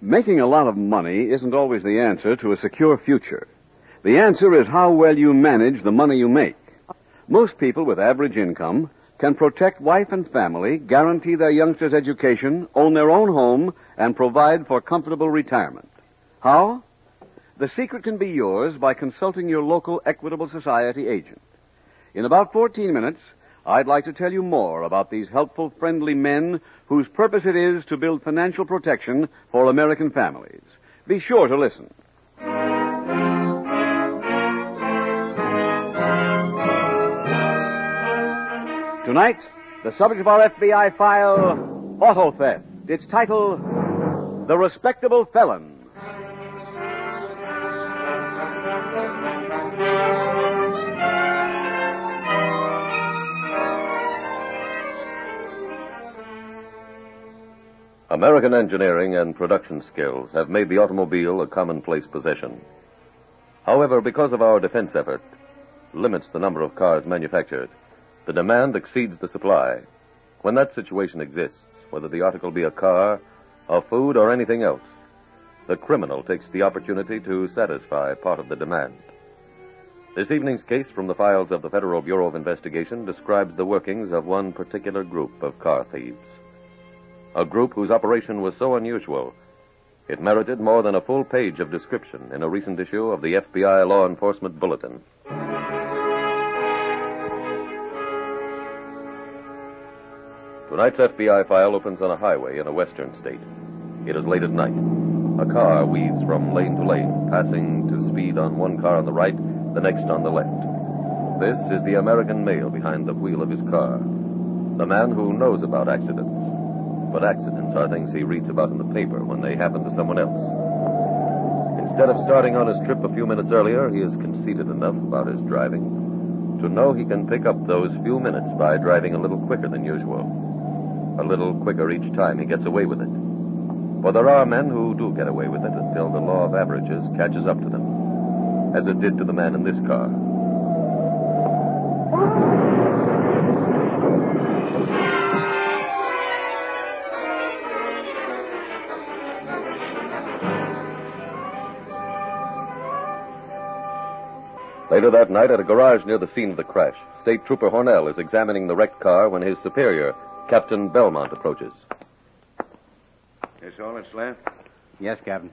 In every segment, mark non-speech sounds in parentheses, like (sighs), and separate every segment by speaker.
Speaker 1: Making a lot of money isn't always the answer to a secure future. The answer is how well you manage the money you make. Most people with average income can protect wife and family, guarantee their youngsters' education, own their own home, and provide for comfortable retirement. How? The secret can be yours by consulting your local Equitable Society agent. In about 14 minutes, I'd like to tell you more about these helpful, friendly men whose purpose it is to build financial protection for American families. Be sure to listen. Tonight, the subject of our FBI file, Auto Theft. Its title, The Respectable Felon.
Speaker 2: American engineering and production skills have made the automobile a commonplace possession. However, because of our defense effort limits the number of cars manufactured, the demand exceeds the supply. When that situation exists, whether the article be a car, a food, or anything else, the criminal takes the opportunity to satisfy part of the demand. This evening's case from the files of the Federal Bureau of Investigation describes the workings of one particular group of car thieves a group whose operation was so unusual it merited more than a full page of description in a recent issue of the FBI Law Enforcement Bulletin. Tonight's FBI file opens on a highway in a western state. It is late at night. A car weaves from lane to lane, passing to speed on one car on the right, the next on the left. This is the American male behind the wheel of his car, the man who knows about accidents, but accidents are things he reads about in the paper when they happen to someone else. Instead of starting on his trip a few minutes earlier, he is conceited enough about his driving to know he can pick up those few minutes by driving a little quicker than usual. A little quicker each time he gets away with it. For there are men who do get away with it until the law of averages catches up to them, as it did to the man in this car. Later that night, at a garage near the scene of the crash, State Trooper Hornell is examining the wrecked car when his superior, Captain Belmont, approaches.
Speaker 3: That's all that's left?
Speaker 4: Yes, Captain.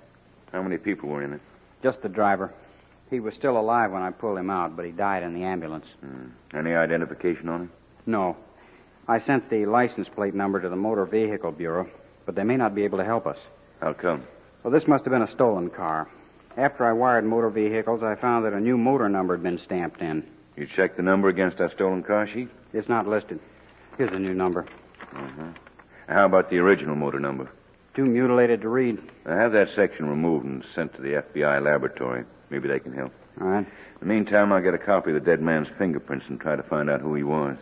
Speaker 3: How many people were in it?
Speaker 4: Just the driver. He was still alive when I pulled him out, but he died in the ambulance.
Speaker 3: Any identification on him?
Speaker 4: No. I sent the license plate number to the Motor Vehicle Bureau, but they may not be able to help us.
Speaker 3: How come?
Speaker 4: Well, this must have been a stolen car. After I wired motor vehicles, I found that a new motor number had been stamped in.
Speaker 3: You checked the number against our stolen car sheet?
Speaker 4: It's not listed. Here's the new number.
Speaker 3: How about the original motor number?
Speaker 4: Too mutilated to read.
Speaker 3: Uh, have that section removed and sent to the FBI laboratory. Maybe they can help.
Speaker 4: All right.
Speaker 3: In the meantime, I'll get a copy of the dead man's fingerprints and try to find out who he was.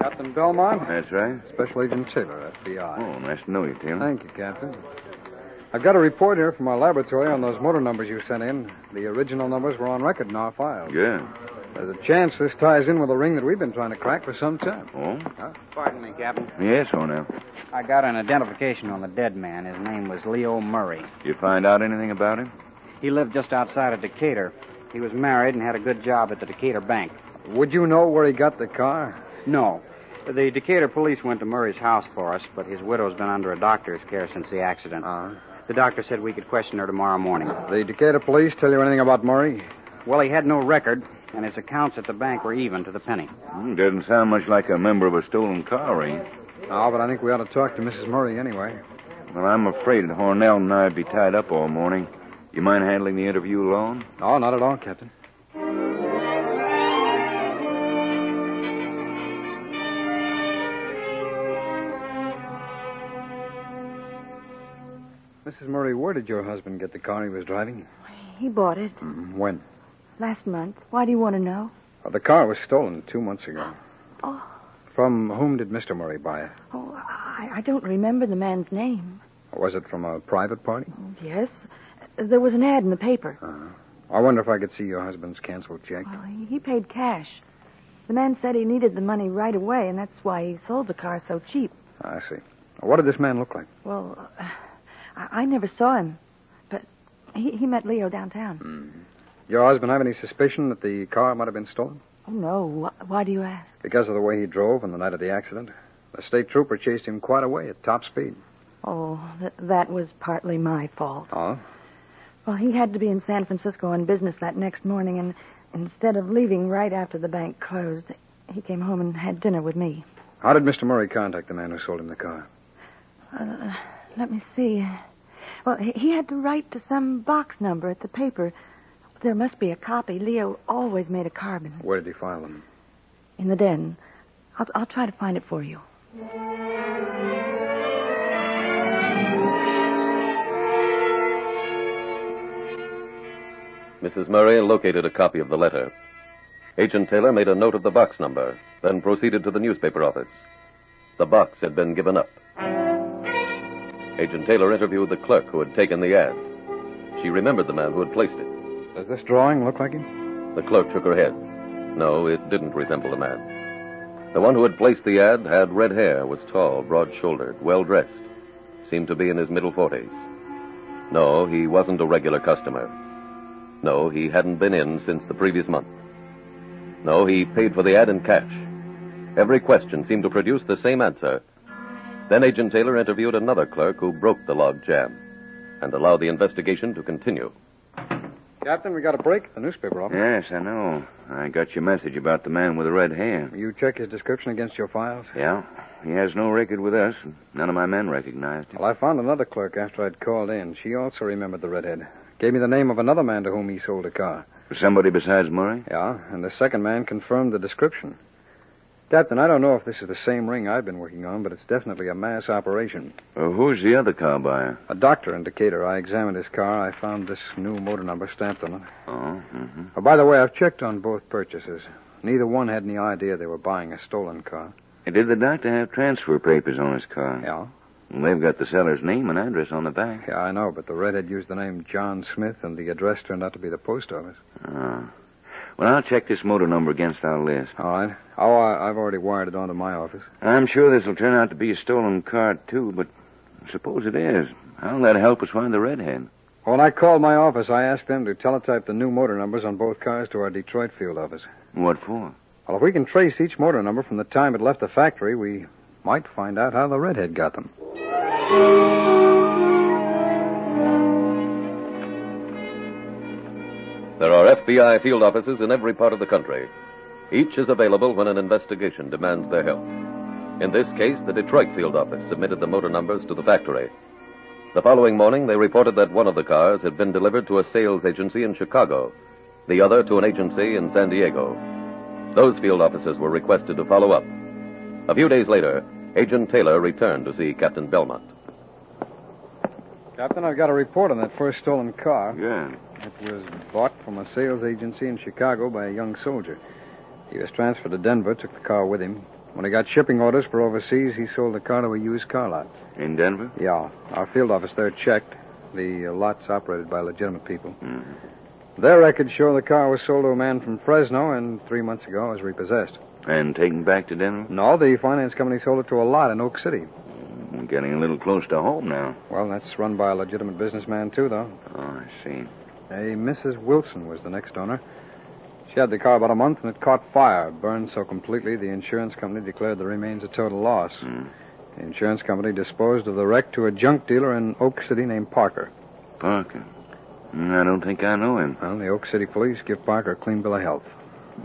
Speaker 5: Captain Belmont,
Speaker 3: That's right.
Speaker 5: Special Agent Taylor, FBI.
Speaker 3: Oh, nice to know you, Taylor.
Speaker 5: Thank you, Captain. I've got a report here from our laboratory on those motor numbers you sent in. The original numbers were on record in our files.
Speaker 3: Good.
Speaker 5: There's a chance this ties in with a ring that we've been trying to crack for some time.
Speaker 3: Oh?
Speaker 4: Pardon me, Captain.
Speaker 3: Yes, oh, now.
Speaker 4: I got an identification on the dead man. His name was Leo Murray.
Speaker 3: Did you find out anything about him?
Speaker 4: He lived just outside of Decatur. He was married and had a good job at the Decatur Bank.
Speaker 5: Would you know where he got the car?
Speaker 4: No. The Decatur police went to Murray's house for us, but his widow's been under a doctor's care since the accident.
Speaker 5: Uh-huh.
Speaker 4: The doctor said we could question her tomorrow morning.
Speaker 5: The Decatur police tell you anything about Murray?
Speaker 4: Well, he had no record, and his accounts at the bank were even to the penny.
Speaker 3: Hmm, doesn't sound much like a member of a stolen car ring.
Speaker 5: No, but I think we ought to talk to Mrs. Murray anyway.
Speaker 3: Well, I'm afraid Hornell and I'd be tied up all morning. You mind handling the interview alone?
Speaker 5: No, not at all, Captain. Mrs. Murray, where did your husband get the car he was driving?
Speaker 6: He bought it
Speaker 5: When?
Speaker 6: last month. Why do you want to know?
Speaker 5: Uh, the car was stolen two months ago.
Speaker 6: Oh.
Speaker 5: From whom did Mr. Murray buy it?
Speaker 6: Oh, I, I don't remember the man's name.
Speaker 5: Was it from a private party?
Speaker 6: Yes, there was an ad in the paper.
Speaker 5: I wonder if I could see your husband's canceled check.
Speaker 6: Well, he, he paid cash. The man said he needed the money right away, and that's why he sold the car so cheap.
Speaker 5: I see. What did this man look like?
Speaker 6: Well, (sighs) uh, I, I never saw him, but he, he met Leo downtown.
Speaker 5: Your husband have any suspicion that the car might have been stolen?
Speaker 6: Oh, no. Wh- why do you ask?
Speaker 5: Because of the way he drove on the night of the accident. The state trooper chased him quite away at top speed.
Speaker 6: Oh, th- that was partly my fault.
Speaker 5: Oh?
Speaker 6: Well, he had to be in San Francisco on business that next morning, and instead of leaving right after the bank closed, he came home and had dinner with me.
Speaker 5: How did Mr. Murray contact the man who sold him the car?
Speaker 6: Uh, let me see. Well, he, he had to write to some box number at the paper. There must be a copy. Leo always made a carbon
Speaker 5: Where did he file them?
Speaker 6: in the den. I'll, I'll try to find it for you.
Speaker 1: Mrs. Murray located a copy of the letter. Agent Taylor made a note of the box number, then proceeded to the newspaper office. The box had been given up. Agent Taylor interviewed the clerk who had taken the ad. She remembered the man who had placed it.
Speaker 5: Does this drawing look like him?
Speaker 1: The clerk shook her head. No, it didn't resemble a man. The one who had placed the ad had red hair, was tall, broad shouldered, well dressed, seemed to be in his middle forties. No, he wasn't a regular customer. No, he hadn't been in since the previous month. No, he paid for the ad in cash. Every question seemed to produce the same answer. Then Agent Taylor interviewed another clerk who broke the log jam and allowed the investigation to continue.
Speaker 5: Captain, we got a break at the newspaper office.
Speaker 3: Yes, I know. I got your message about the man with the red hair.
Speaker 5: You check his description against your files?
Speaker 3: Yeah. He has no record with us, and none of my men recognized him.
Speaker 5: Well, I found another clerk after I'd called in. She also remembered the redhead. Gave me the name of another man to whom he sold a car.
Speaker 3: Was somebody besides Murray?
Speaker 5: Yeah, and the second man confirmed the description. Captain, I don't know if this is the same ring I've been working on, but it's definitely a mass operation.
Speaker 3: Well, who's the other car buyer?
Speaker 5: A doctor in Decatur. I examined his car. I found this new motor number stamped on it.
Speaker 3: Oh, mm-hmm.
Speaker 5: Oh, by the way, I've checked on both purchases. Neither one had any idea they were buying a stolen car.
Speaker 3: Did the doctor have transfer papers on his car?
Speaker 5: Yeah?
Speaker 3: Well, they've got the seller's name and address on the back.
Speaker 5: Yeah, I know, but the redhead used the name John Smith, and the address turned out to be the post office.
Speaker 3: Ah. Well, I'll check this motor number against our list.
Speaker 5: All right. Oh, I, I've already wired it onto my office.
Speaker 3: I'm sure this will turn out to be a stolen car, too, but suppose it is. How'll that help us find the redhead?
Speaker 5: When I called my office, I asked them to teletype the new motor numbers on both cars to our Detroit field office.
Speaker 3: What for?
Speaker 5: Well, if we can trace each motor number from the time it left the factory, we might find out how the redhead got them.
Speaker 1: There are FBI field offices in every part of the country. Each is available when an investigation demands their help. In this case, the Detroit field office submitted the motor numbers to the factory. The following morning, they reported that one of the cars had been delivered to a sales agency in Chicago, the other to an agency in San Diego. Those field offices were requested to follow up. A few days later, Agent Taylor returned to see Captain Belmont.
Speaker 5: Captain, I've got a report on that first stolen car.
Speaker 3: Yeah.
Speaker 5: It was bought from a sales agency in Chicago by a young soldier. He was transferred to Denver, took the car with him. When he got shipping orders for overseas, he sold the car to a used car lot.
Speaker 3: In Denver?
Speaker 5: Yeah, our field office there checked. The uh, lot's operated by legitimate people.
Speaker 3: Mhm.
Speaker 5: Their records show the car was sold to a man from Fresno and three months ago was repossessed.
Speaker 3: And taken back to Denver?
Speaker 5: No, the finance company sold it to a lot in Oak City.
Speaker 3: We're getting a little close to home now.
Speaker 5: Well, that's run by a legitimate businessman, too, though.
Speaker 3: Oh, I see.
Speaker 5: A Mrs. Wilson was the next owner. She had the car about a month and it caught fire, burned so completely the insurance company declared the remains a total loss.
Speaker 3: Hmm.
Speaker 5: The insurance company disposed of the wreck to a junk dealer in Oak City named Parker.
Speaker 3: Parker. Mm, I don't think I know him.
Speaker 5: Well, the Oak City police give Parker a clean bill of health.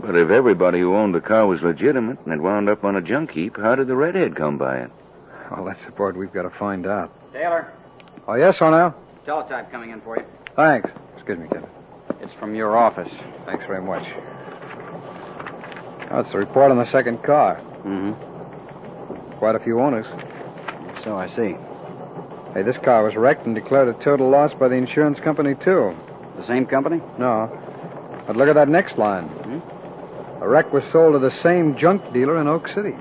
Speaker 3: But if everybody who owned the car was legitimate and it wound up on a junk heap, how did the redhead come by it?
Speaker 5: Well, that's the part we've got to find out.
Speaker 4: Taylor,
Speaker 5: Oh, yes, Ornell?
Speaker 4: teletype coming in for you.
Speaker 5: Thanks. Excuse me, Captain.
Speaker 4: It's from your office.
Speaker 5: Thanks very much. That's the report on the second car.
Speaker 4: Mm-hmm.
Speaker 5: Quite a few owners.
Speaker 4: So I see.
Speaker 5: Hey, this car was wrecked and declared a total loss by the insurance company, too.
Speaker 4: The same company?
Speaker 5: No. But look at that next line.
Speaker 4: Hmm?
Speaker 5: The wreck was sold to the same junk dealer in Oak City.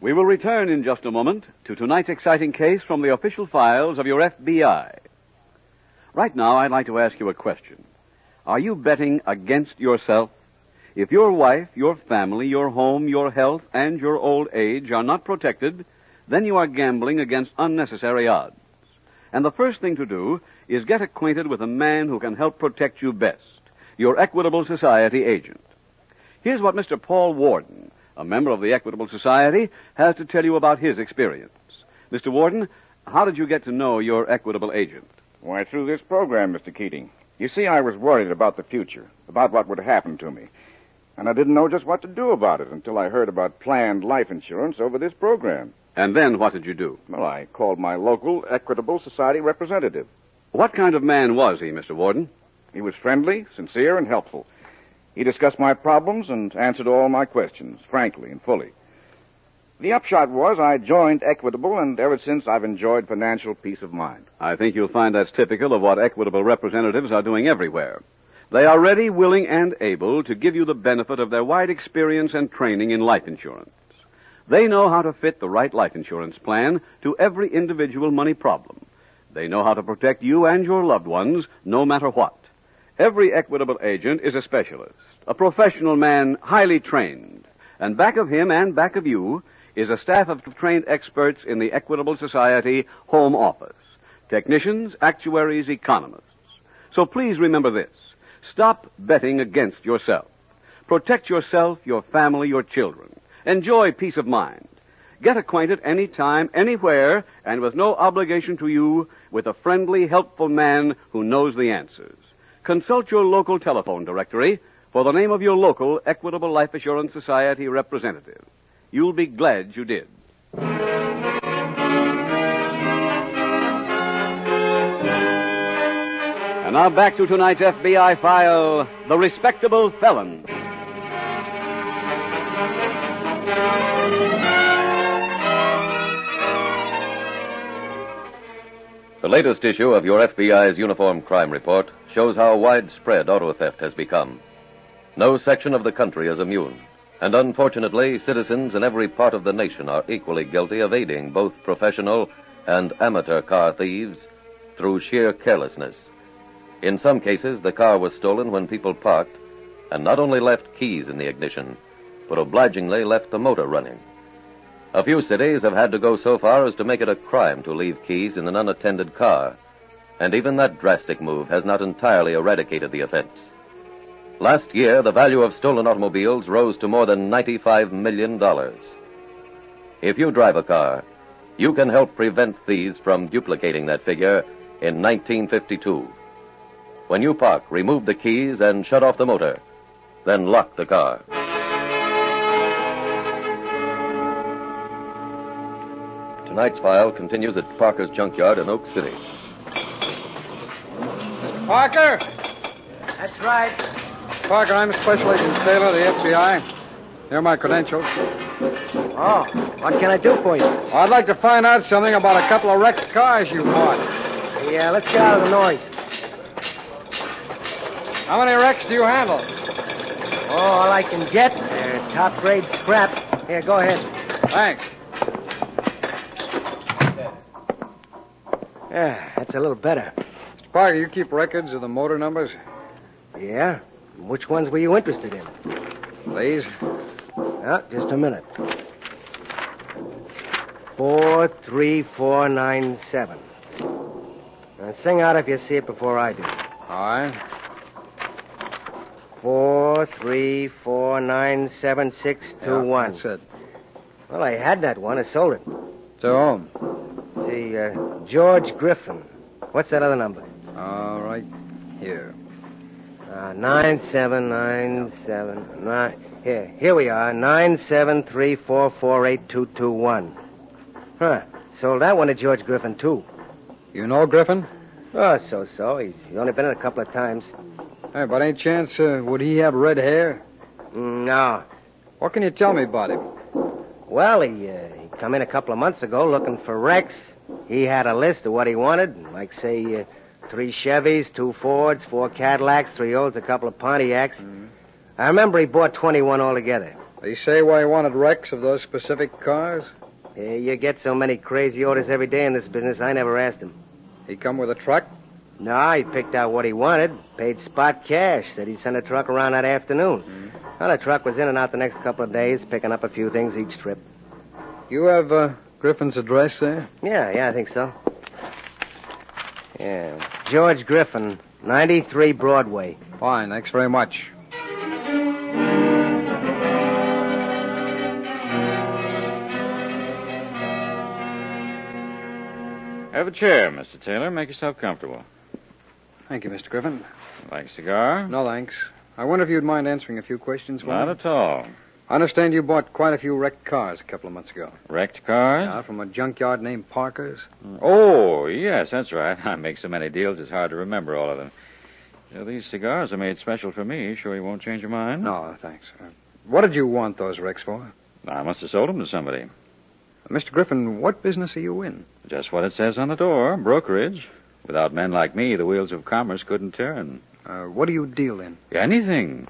Speaker 1: We will return in just a moment to tonight's exciting case from the official files of your FBI. Right now, I'd like to ask you a question. Are you betting against yourself? If your wife, your family, your home, your health, and your old age are not protected, then you are gambling against unnecessary odds. And the first thing to do is get acquainted with a man who can help protect you best, your Equitable Society agent. Here's what Mr. Paul Warden, a member of the Equitable Society, has to tell you about his experience. Mr. Warden, how did you get to know your Equitable agent?
Speaker 7: Why, through this program, Mr. Keating. You see, I was worried about the future, about what would happen to me. And I didn't know just what to do about it until I heard about planned life insurance over this program.
Speaker 1: And then what did you do?
Speaker 7: Well, I called my local Equitable Society representative.
Speaker 1: What kind of man was he, Mr. Warden?
Speaker 7: He was friendly, sincere, and helpful. He discussed my problems and answered all my questions, frankly and fully. The upshot was I joined Equitable, and ever since I've enjoyed financial peace of mind.
Speaker 1: I think you'll find that's typical of what equitable representatives are doing everywhere. They are ready, willing, and able to give you the benefit of their wide experience and training in life insurance. They know how to fit the right life insurance plan to every individual money problem. They know how to protect you and your loved ones no matter what. Every equitable agent is a specialist, a professional man highly trained. And back of him and back of you is a staff of trained experts in the Equitable Society Home Office technicians, actuaries, economists. So please remember this. Stop betting against yourself. Protect yourself, your family, your children. Enjoy peace of mind. Get acquainted any time, anywhere, and with no obligation to you, with a friendly, helpful man who knows the answers. Consult your local telephone directory for the name of your local Equitable Life Assurance Society representative. You'll be glad you did. And now back to tonight's FBI file The Respectable Felon.
Speaker 2: The latest issue of your FBI's Uniform Crime Report shows how widespread auto theft has become. No section of the country is immune, and unfortunately, citizens in every part of the nation are equally guilty of aiding both professional and amateur car thieves through sheer carelessness. In some cases, the car was stolen when people parked and not only left keys in the ignition, but obligingly left the motor running. A few cities have had to go so far as to make it a crime to leave keys in an unattended car, and even that drastic move has not entirely eradicated the offense. Last year, the value of stolen automobiles rose to more than $95 million. If you drive a car, you can help prevent thieves from duplicating that figure in 1952. When you park, remove the keys and shut off the motor, then lock the car. Tonight's file continues at Parker's Junkyard in Oak City.
Speaker 5: Parker!
Speaker 4: That's right.
Speaker 5: Parker, I'm Special Agent Taylor of the FBI. Here are my credentials.
Speaker 4: Oh, what can I do for you?
Speaker 5: I'd like to find out something about a couple of wrecked cars you bought.
Speaker 4: Yeah, let's get out of the noise.
Speaker 5: How many wrecks do you handle?
Speaker 4: Oh, all I can get. They're top grade scrap. Here, go ahead.
Speaker 5: Thanks.
Speaker 4: Yeah, that's a little better.
Speaker 5: Parker, you keep records of the motor numbers?
Speaker 4: Yeah? Which ones were you interested in?
Speaker 5: These?
Speaker 4: Yeah, just a minute. Four, three, four, nine, seven. Now sing out if you see it before I do.
Speaker 5: All right.
Speaker 4: Four, three, four, nine, seven, six, two,
Speaker 5: Yeah,
Speaker 4: one.
Speaker 5: That's it.
Speaker 4: Well, I had that one. I sold it.
Speaker 5: To whom?
Speaker 4: See, uh, George Griffin. What's that other number?
Speaker 5: All right. Here.
Speaker 8: Uh, nine seven nine seven nine. Here, here we are. Nine seven three four four eight two two one. Huh. Sold that one to George Griffin too.
Speaker 5: You know Griffin?
Speaker 8: Oh, so so. He's only been in a couple of times.
Speaker 5: Hey, but any chance uh, would he have red hair?
Speaker 8: Mm, No.
Speaker 5: What can you tell me about him?
Speaker 8: Well, he uh, he come in a couple of months ago looking for Rex. He had a list of what he wanted, like say uh, three Chevys, two Fords, four Cadillacs, three Olds, a couple of Pontiacs. I remember he bought twenty-one altogether.
Speaker 5: Did he say why he wanted wrecks of those specific cars?
Speaker 8: Uh, you get so many crazy orders every day in this business. I never asked him.
Speaker 5: He come with a truck?
Speaker 8: No, he picked out what he wanted, paid spot cash, said he'd send a truck around that afternoon. Well, the truck was in and out the next couple of days, picking up a few things each trip.
Speaker 5: You have uh, Griffin's address there?
Speaker 8: Yeah, yeah, I think so. Yeah. George Griffin, 93 Broadway.
Speaker 5: Fine, thanks very much.
Speaker 3: Have a chair, Mr. Taylor. Make yourself comfortable.
Speaker 5: Thank you, Mr. Griffin.
Speaker 3: Like a cigar?
Speaker 5: No thanks. I wonder if you'd mind answering a few questions. for
Speaker 3: Not
Speaker 5: me?
Speaker 3: at all.
Speaker 5: I understand you bought quite a few wrecked cars a couple of months ago.
Speaker 3: Wrecked cars?
Speaker 5: Yeah, from a junkyard named Parker's.
Speaker 3: Oh, yes, that's right. (laughs) I make so many deals, it's hard to remember all of them. Yeah, these cigars are made special for me. Sure you won't change your mind?
Speaker 5: No, thanks. Uh, What did you want those wrecks for?
Speaker 3: I must have sold them to somebody.
Speaker 5: Mr. Griffin, what business are you in?
Speaker 3: Just what it says on the door brokerage. Without men like me, the wheels of commerce couldn't turn.
Speaker 5: Uh, what do you deal in?
Speaker 3: Anything.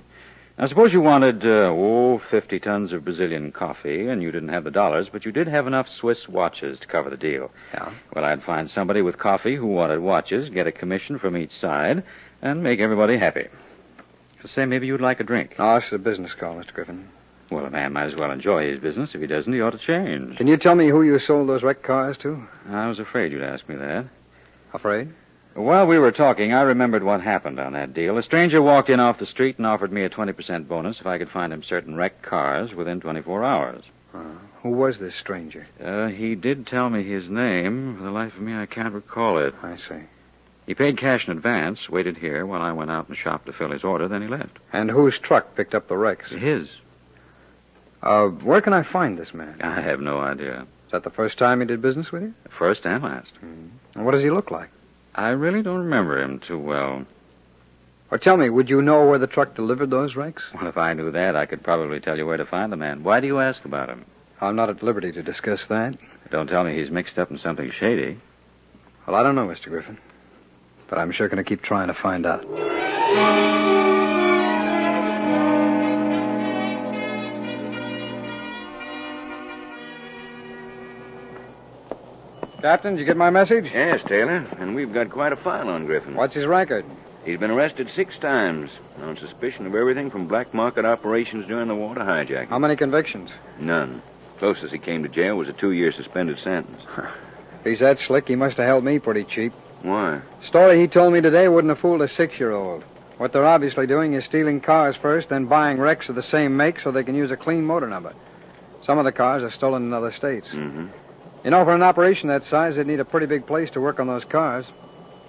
Speaker 3: Now, suppose you wanted, uh, oh, 50 tons of Brazilian coffee, and you didn't have the dollars, but you did have enough Swiss watches to cover the deal.
Speaker 5: Yeah.
Speaker 3: Well, I'd find somebody with coffee who wanted watches, get a commission from each side, and make everybody happy. Say, maybe you'd like a drink.
Speaker 5: Oh, this is a business call, Mr. Griffin.
Speaker 3: Well, a man might as well enjoy his business. If he doesn't, he ought to change.
Speaker 5: Can you tell me who you sold those wrecked cars to?
Speaker 3: I was afraid you'd ask me that.
Speaker 5: Afraid?
Speaker 3: While we were talking, I remembered what happened on that deal. A stranger walked in off the street and offered me a 20% bonus if I could find him certain wrecked cars within 24 hours.
Speaker 5: Who was this stranger?
Speaker 3: Uh, he did tell me his name. For the life of me, I can't recall it.
Speaker 5: I see.
Speaker 3: He paid cash in advance, waited here while I went out and shopped to fill his order, then he left.
Speaker 5: And whose truck picked up the wrecks?
Speaker 3: His?
Speaker 5: Uh, where can I find this man?
Speaker 3: I have no idea.
Speaker 5: Is that the first time he did business with you?
Speaker 3: First and last.
Speaker 5: And what does he look like?
Speaker 3: I really don't remember him too well.
Speaker 5: Or tell me, would you know where the truck delivered those wrecks?
Speaker 3: Well, if I knew that, I could probably tell you where to find the man. Why do you ask about him?
Speaker 5: I'm not at liberty to discuss that.
Speaker 3: Don't tell me he's mixed up in something shady.
Speaker 5: Well, I don't know, Mr. Griffin. But I'm sure going to keep trying to find out. Captain, did you get my message?
Speaker 9: Yes, Taylor, and we've got quite a file on Griffin.
Speaker 5: What's his record?
Speaker 9: He's been arrested six times on suspicion of everything from black market operations during the water hijacking.
Speaker 5: How many convictions?
Speaker 9: None. Closest he came to jail was a two-year suspended sentence.
Speaker 5: If he's that slick, he must have held me pretty cheap.
Speaker 9: Why?
Speaker 5: Story he told me today wouldn't have fooled a six-year-old. What they're obviously doing is stealing cars first, then buying wrecks of the same make so they can use a clean motor number. Some of the cars are stolen in other states.
Speaker 9: Mm-hmm.
Speaker 5: You know, for an operation that size, they'd need a pretty big place to work on those cars.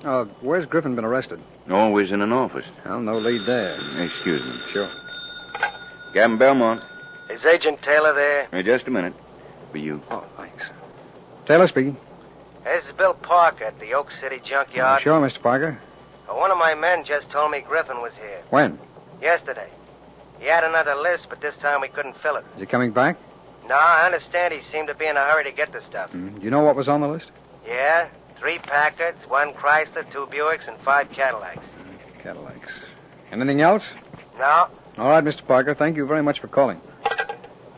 Speaker 5: Uh, where's Griffin been arrested?
Speaker 9: Always in an office.
Speaker 5: Well, no lead there.
Speaker 9: Excuse me.
Speaker 5: Sure.
Speaker 9: Captain Belmont.
Speaker 8: Is Agent Taylor there?
Speaker 9: Hey, just a minute. For you.
Speaker 5: Oh, thanks. Taylor speaking.
Speaker 8: This is Bill Parker at the Oak City Junkyard.
Speaker 5: Sure, Mr. Parker.
Speaker 8: Uh, One of my men just told me Griffin was here
Speaker 5: When?
Speaker 8: yesterday. He had another list, but this time we couldn't fill it.
Speaker 5: Is he coming back?
Speaker 8: No, I understand he seemed to be in a hurry to get the stuff.
Speaker 5: Mm. Do you know what was on the list?
Speaker 8: Yeah? Three Packards, one Chrysler, two Buicks, and five Cadillacs.
Speaker 5: Cadillacs. Anything else?
Speaker 8: No?
Speaker 5: All right, Mr. Parker. Thank you very much for calling.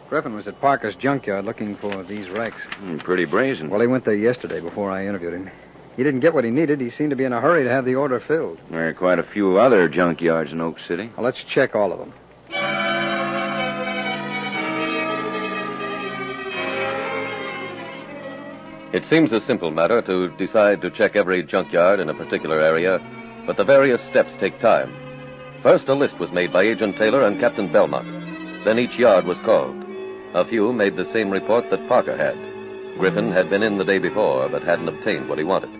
Speaker 5: Griffin was at Parker's junkyard looking for these wrecks.
Speaker 9: Hmm, pretty brazen.
Speaker 5: Well, he went there yesterday before I interviewed him. He didn't get what he needed. He seemed to be in a hurry to have the order filled.
Speaker 9: there are quite a few other junkyards in Oak City.
Speaker 5: Now, let's check all of them.
Speaker 1: It seems a simple matter to decide to check every junkyard in a particular area, but the various steps take time. First, a list was made by Agent Taylor and Captain Belmont. Then each yard was called. A few made the same report that Parker had. Griffin had been in the day before, but hadn't obtained what he wanted.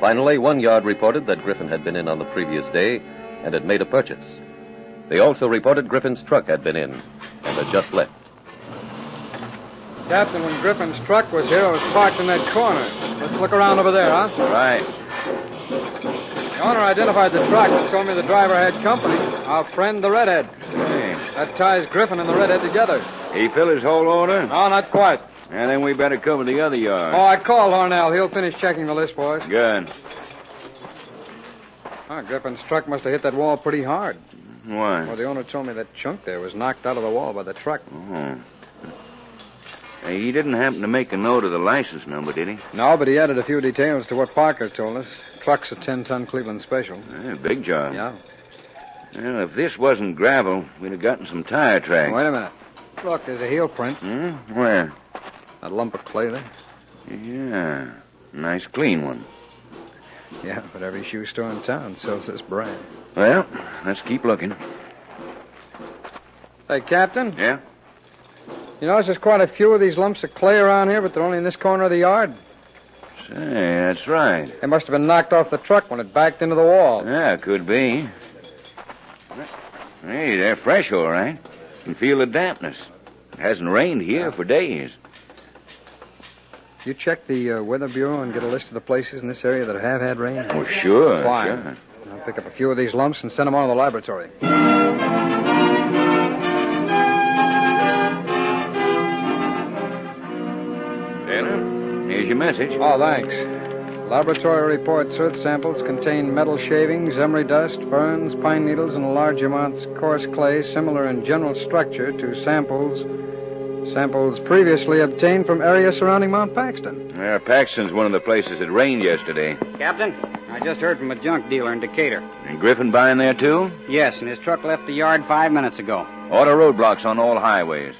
Speaker 2: Finally, one yard reported that Griffin had been in on the previous day and had made a purchase. They also reported Griffin's truck had been in and had just left.
Speaker 5: Captain, when Griffin's truck was here, it was parked in that corner. Let's look around over there, huh?
Speaker 3: Right.
Speaker 5: The owner identified the truck and told me the driver had company. Our friend, the redhead.
Speaker 3: Hey,
Speaker 5: That ties Griffin and the redhead together.
Speaker 3: he filled his whole order?
Speaker 5: No, not quite.
Speaker 3: And then we better cover the other yard.
Speaker 5: Oh, I called Hornell. He'll finish checking the list for us.
Speaker 3: Good.
Speaker 5: Ah, Griffin's truck must have hit that wall pretty hard.
Speaker 3: Why?
Speaker 5: Well, the owner told me that chunk there was knocked out of the wall by the truck.
Speaker 3: Oh. Hey, he didn't happen to make a note of the license number, did he?
Speaker 5: No, but he added a few details to what Parker told us. Truck's a 10-ton Cleveland special.
Speaker 3: Eh, big job.
Speaker 5: Yeah.
Speaker 3: Well, if this wasn't gravel, we'd have gotten some tire tracks.
Speaker 5: Wait a minute. Look, there's a heel print.
Speaker 3: Hmm? Where?
Speaker 5: That lump of clay there.
Speaker 3: Yeah. Nice clean one.
Speaker 5: Yeah, but every shoe store in town sells this brand.
Speaker 3: Well, let's keep looking.
Speaker 5: Hey, Captain.
Speaker 3: Yeah?
Speaker 5: You notice there's quite a few of these lumps of clay around here, but they're only in this corner of the yard.
Speaker 3: Say, that's right.
Speaker 5: They must have been knocked off the truck when it backed into the wall.
Speaker 3: Yeah, could be. Hey, they're fresh, all right. Can feel the dampness. It hasn't rained here for days.
Speaker 5: You check the uh, Weather Bureau and get a list of the places in this area that have had rain.
Speaker 3: Well, sure.
Speaker 5: Why?
Speaker 3: Sure.
Speaker 5: I'll pick up a few of these lumps and send them on to the laboratory.
Speaker 3: Tanner, here's your message.
Speaker 5: Oh, thanks. Laboratory reports earth samples contain metal shavings, emery dust, ferns, pine needles, and large amounts coarse clay similar in general structure to samples samples previously obtained from area surrounding Mount Paxton.
Speaker 3: Yeah, Paxton's one of the places that rained yesterday.
Speaker 4: Captain, I just heard from a junk dealer in Decatur.
Speaker 3: And Griffin buying there, too?
Speaker 4: Yes, and his truck left the yard five minutes ago.
Speaker 3: Auto roadblocks on all highways.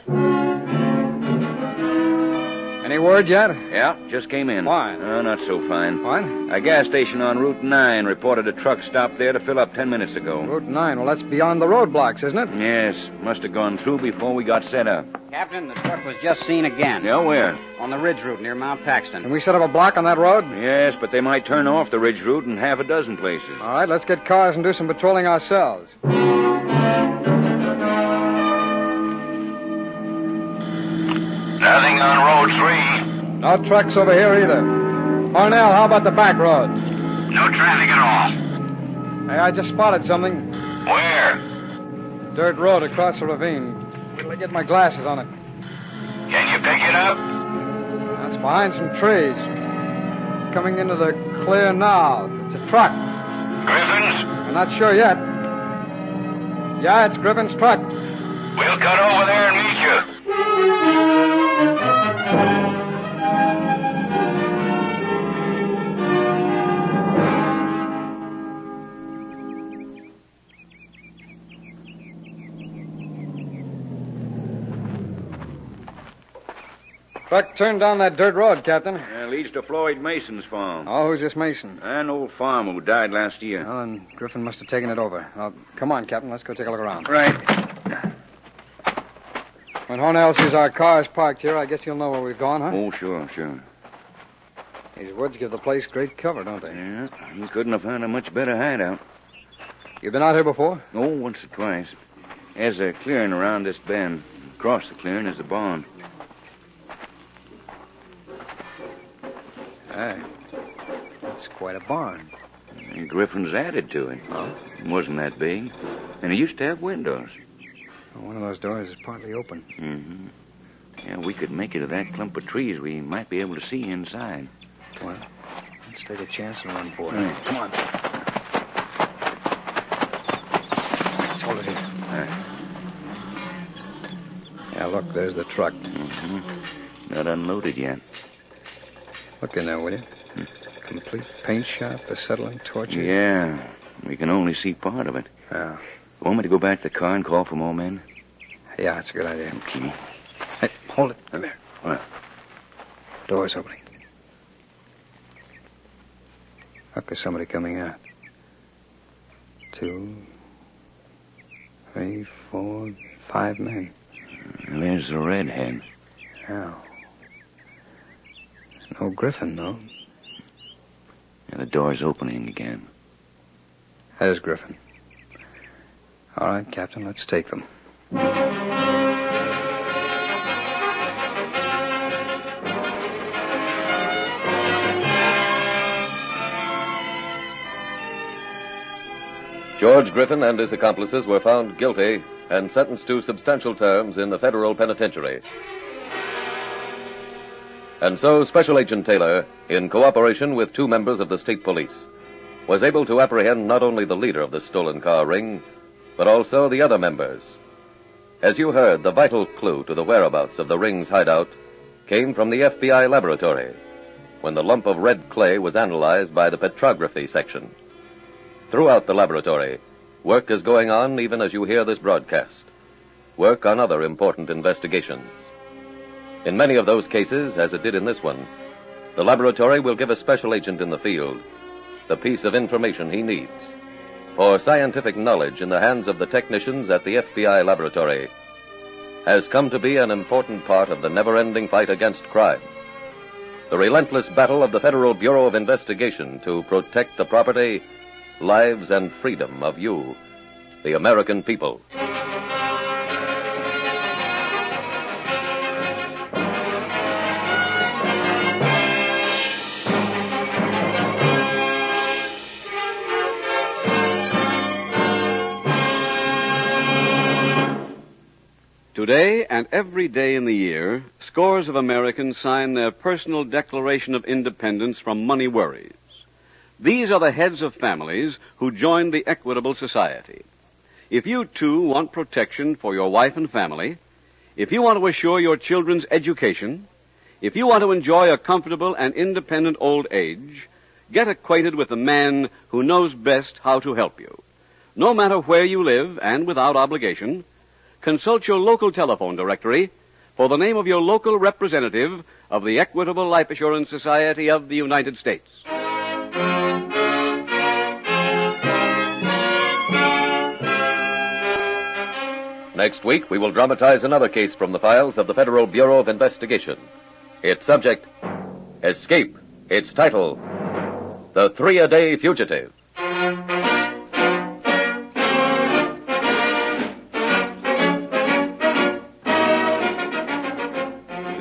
Speaker 5: Any word yet?
Speaker 3: Yeah, just came in.
Speaker 5: Why?
Speaker 3: Oh, not so fine.
Speaker 5: What?
Speaker 3: A gas station on Route 9 reported a truck stopped there to fill up ten minutes ago.
Speaker 5: Route 9. Well, that's beyond the roadblocks, isn't it?
Speaker 3: Yes, must have gone through before we got set up.
Speaker 4: Captain, the truck was just seen again.
Speaker 3: Yeah, where?
Speaker 4: On the ridge route near Mount
Speaker 5: Can
Speaker 4: Paxton.
Speaker 5: we set up a block on that road?
Speaker 3: Yes, but they might turn off the ridge route in half a dozen places.
Speaker 5: All right, let's get cars and do some patrolling ourselves.
Speaker 3: Nothing on Road 3.
Speaker 5: No trucks over here either. Hornell, how about the back road?
Speaker 3: No traffic at
Speaker 5: Hey, I just spotted something.
Speaker 3: all. Where?
Speaker 5: Dirt road across the ravine. Wait till I get my glasses on it.
Speaker 3: Can you pick it up?
Speaker 5: Now, It's behind some trees. Coming into the clear now. It's a truck.
Speaker 3: Griffin's?
Speaker 5: I'm not sure yet. Yeah, it's Griffin's truck.
Speaker 3: We'll cut over there and meet you.
Speaker 5: Truck turned down that dirt road, Captain.
Speaker 3: leads to Floyd Mason's farm.
Speaker 5: Oh, who's this Mason?
Speaker 3: An old farmer who died last year.
Speaker 5: Well, then Griffin must have taken it over. Now, come on, Captain. Let's go take a look around.
Speaker 3: Right.
Speaker 5: When Hornell sees our cars parked here, I guess he'll know where we've gone, huh?
Speaker 3: Oh, sure, sure.
Speaker 5: These woods give the place great cover, don't they?
Speaker 3: Yeah, he couldn't have found a much better hideout.
Speaker 5: You've been out here before?
Speaker 3: Oh, once or twice. There's a clearing around this bend. Across the clearing is the barn.
Speaker 5: Hey. That's quite a barn.
Speaker 3: And Griffin's added to it.
Speaker 5: Oh?
Speaker 3: It wasn't that big. And it used to have windows.
Speaker 5: One of those doors is partly open.
Speaker 3: Mm-hmm. Yeah, we could make it to that clump of trees. We might be able to see inside.
Speaker 5: Well, let's take a chance and run for it.
Speaker 3: Right.
Speaker 5: Come on. Let's hold it here. Yeah, look, there's the truck.
Speaker 3: Mm-hmm. Not unloaded yet.
Speaker 5: Look in there, will you? Complete paint job, acetylene, torture.
Speaker 3: Yeah. We can only see part of it.
Speaker 5: Yeah.
Speaker 3: Want me to go back to the car and call for more men?
Speaker 5: Yeah, that's a good idea.
Speaker 3: Okay.
Speaker 5: Hey, hold it. Come here.
Speaker 3: What?
Speaker 5: Door's opening. Look, there's somebody coming out. Two, three, four, five men.
Speaker 3: There's the redhead.
Speaker 5: Yeah. No Griffin, though.
Speaker 3: Yeah, And the door's opening again.
Speaker 5: There's Griffin. All right, Captain, let's take them.
Speaker 2: George Griffin and his accomplices were found guilty and sentenced to substantial terms in the federal penitentiary. And so Special Agent Taylor, in cooperation with two members of the state police, was able to apprehend not only the leader of the stolen car ring, but also the other members. As you heard, the vital clue to the whereabouts of the ring's hideout came from the FBI laboratory when the lump of red clay was analyzed by the petrography section. Throughout the laboratory, work is going on even as you hear this broadcast. Work on other important investigations. In many of those cases, as it did in this one, the laboratory will give a special agent in the field the piece of information he needs. For scientific knowledge in the hands of the technicians at the FBI laboratory has come to be an important part of the never ending fight against crime. The relentless battle of the Federal Bureau of Investigation to protect the property, lives, and freedom of you, the American people.
Speaker 1: Today and every day in the year, scores of Americans sign their personal declaration of independence from money worries. These are the heads of families who joined the Equitable Society. If you too want protection for your wife and family, if you want to assure your children's education, if you want to enjoy a comfortable and independent old age, get acquainted with the man who knows best how to help you. No matter where you live and without obligation, consult your local telephone directory for the name of your local representative of the Equitable Life Assurance Society of the United States.
Speaker 2: Next week, we will dramatize another case from the files of the Federal Bureau of Investigation. Its subject, Escape. Its title, The Three A Day Fugitive.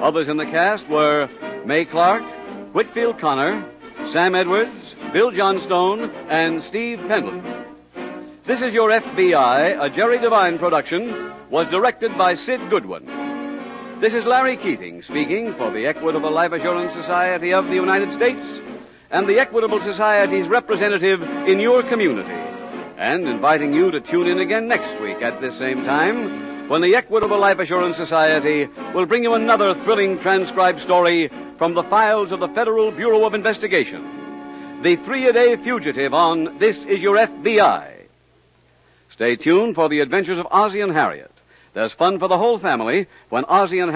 Speaker 1: Others in the cast were May Clark, Whitfield Connor, Sam Edwards, Bill Johnstone, and Steve Pendleton. This is Your FBI, a Jerry Devine production, was directed by Sid Goodwin. This is Larry Keating speaking for the Equitable Life Assurance Society of the United States and the Equitable Society's representative in your community, and inviting you to tune in again next week at this same time when the Equitable Life Assurance Society will bring you another thrilling transcribed story from the files of the Federal Bureau of Investigation. The three a day fugitive on This Is Your FBI. Stay tuned for the adventures of Ozzie and Harriet. There's fun for the whole family when Ozzie and Harriet.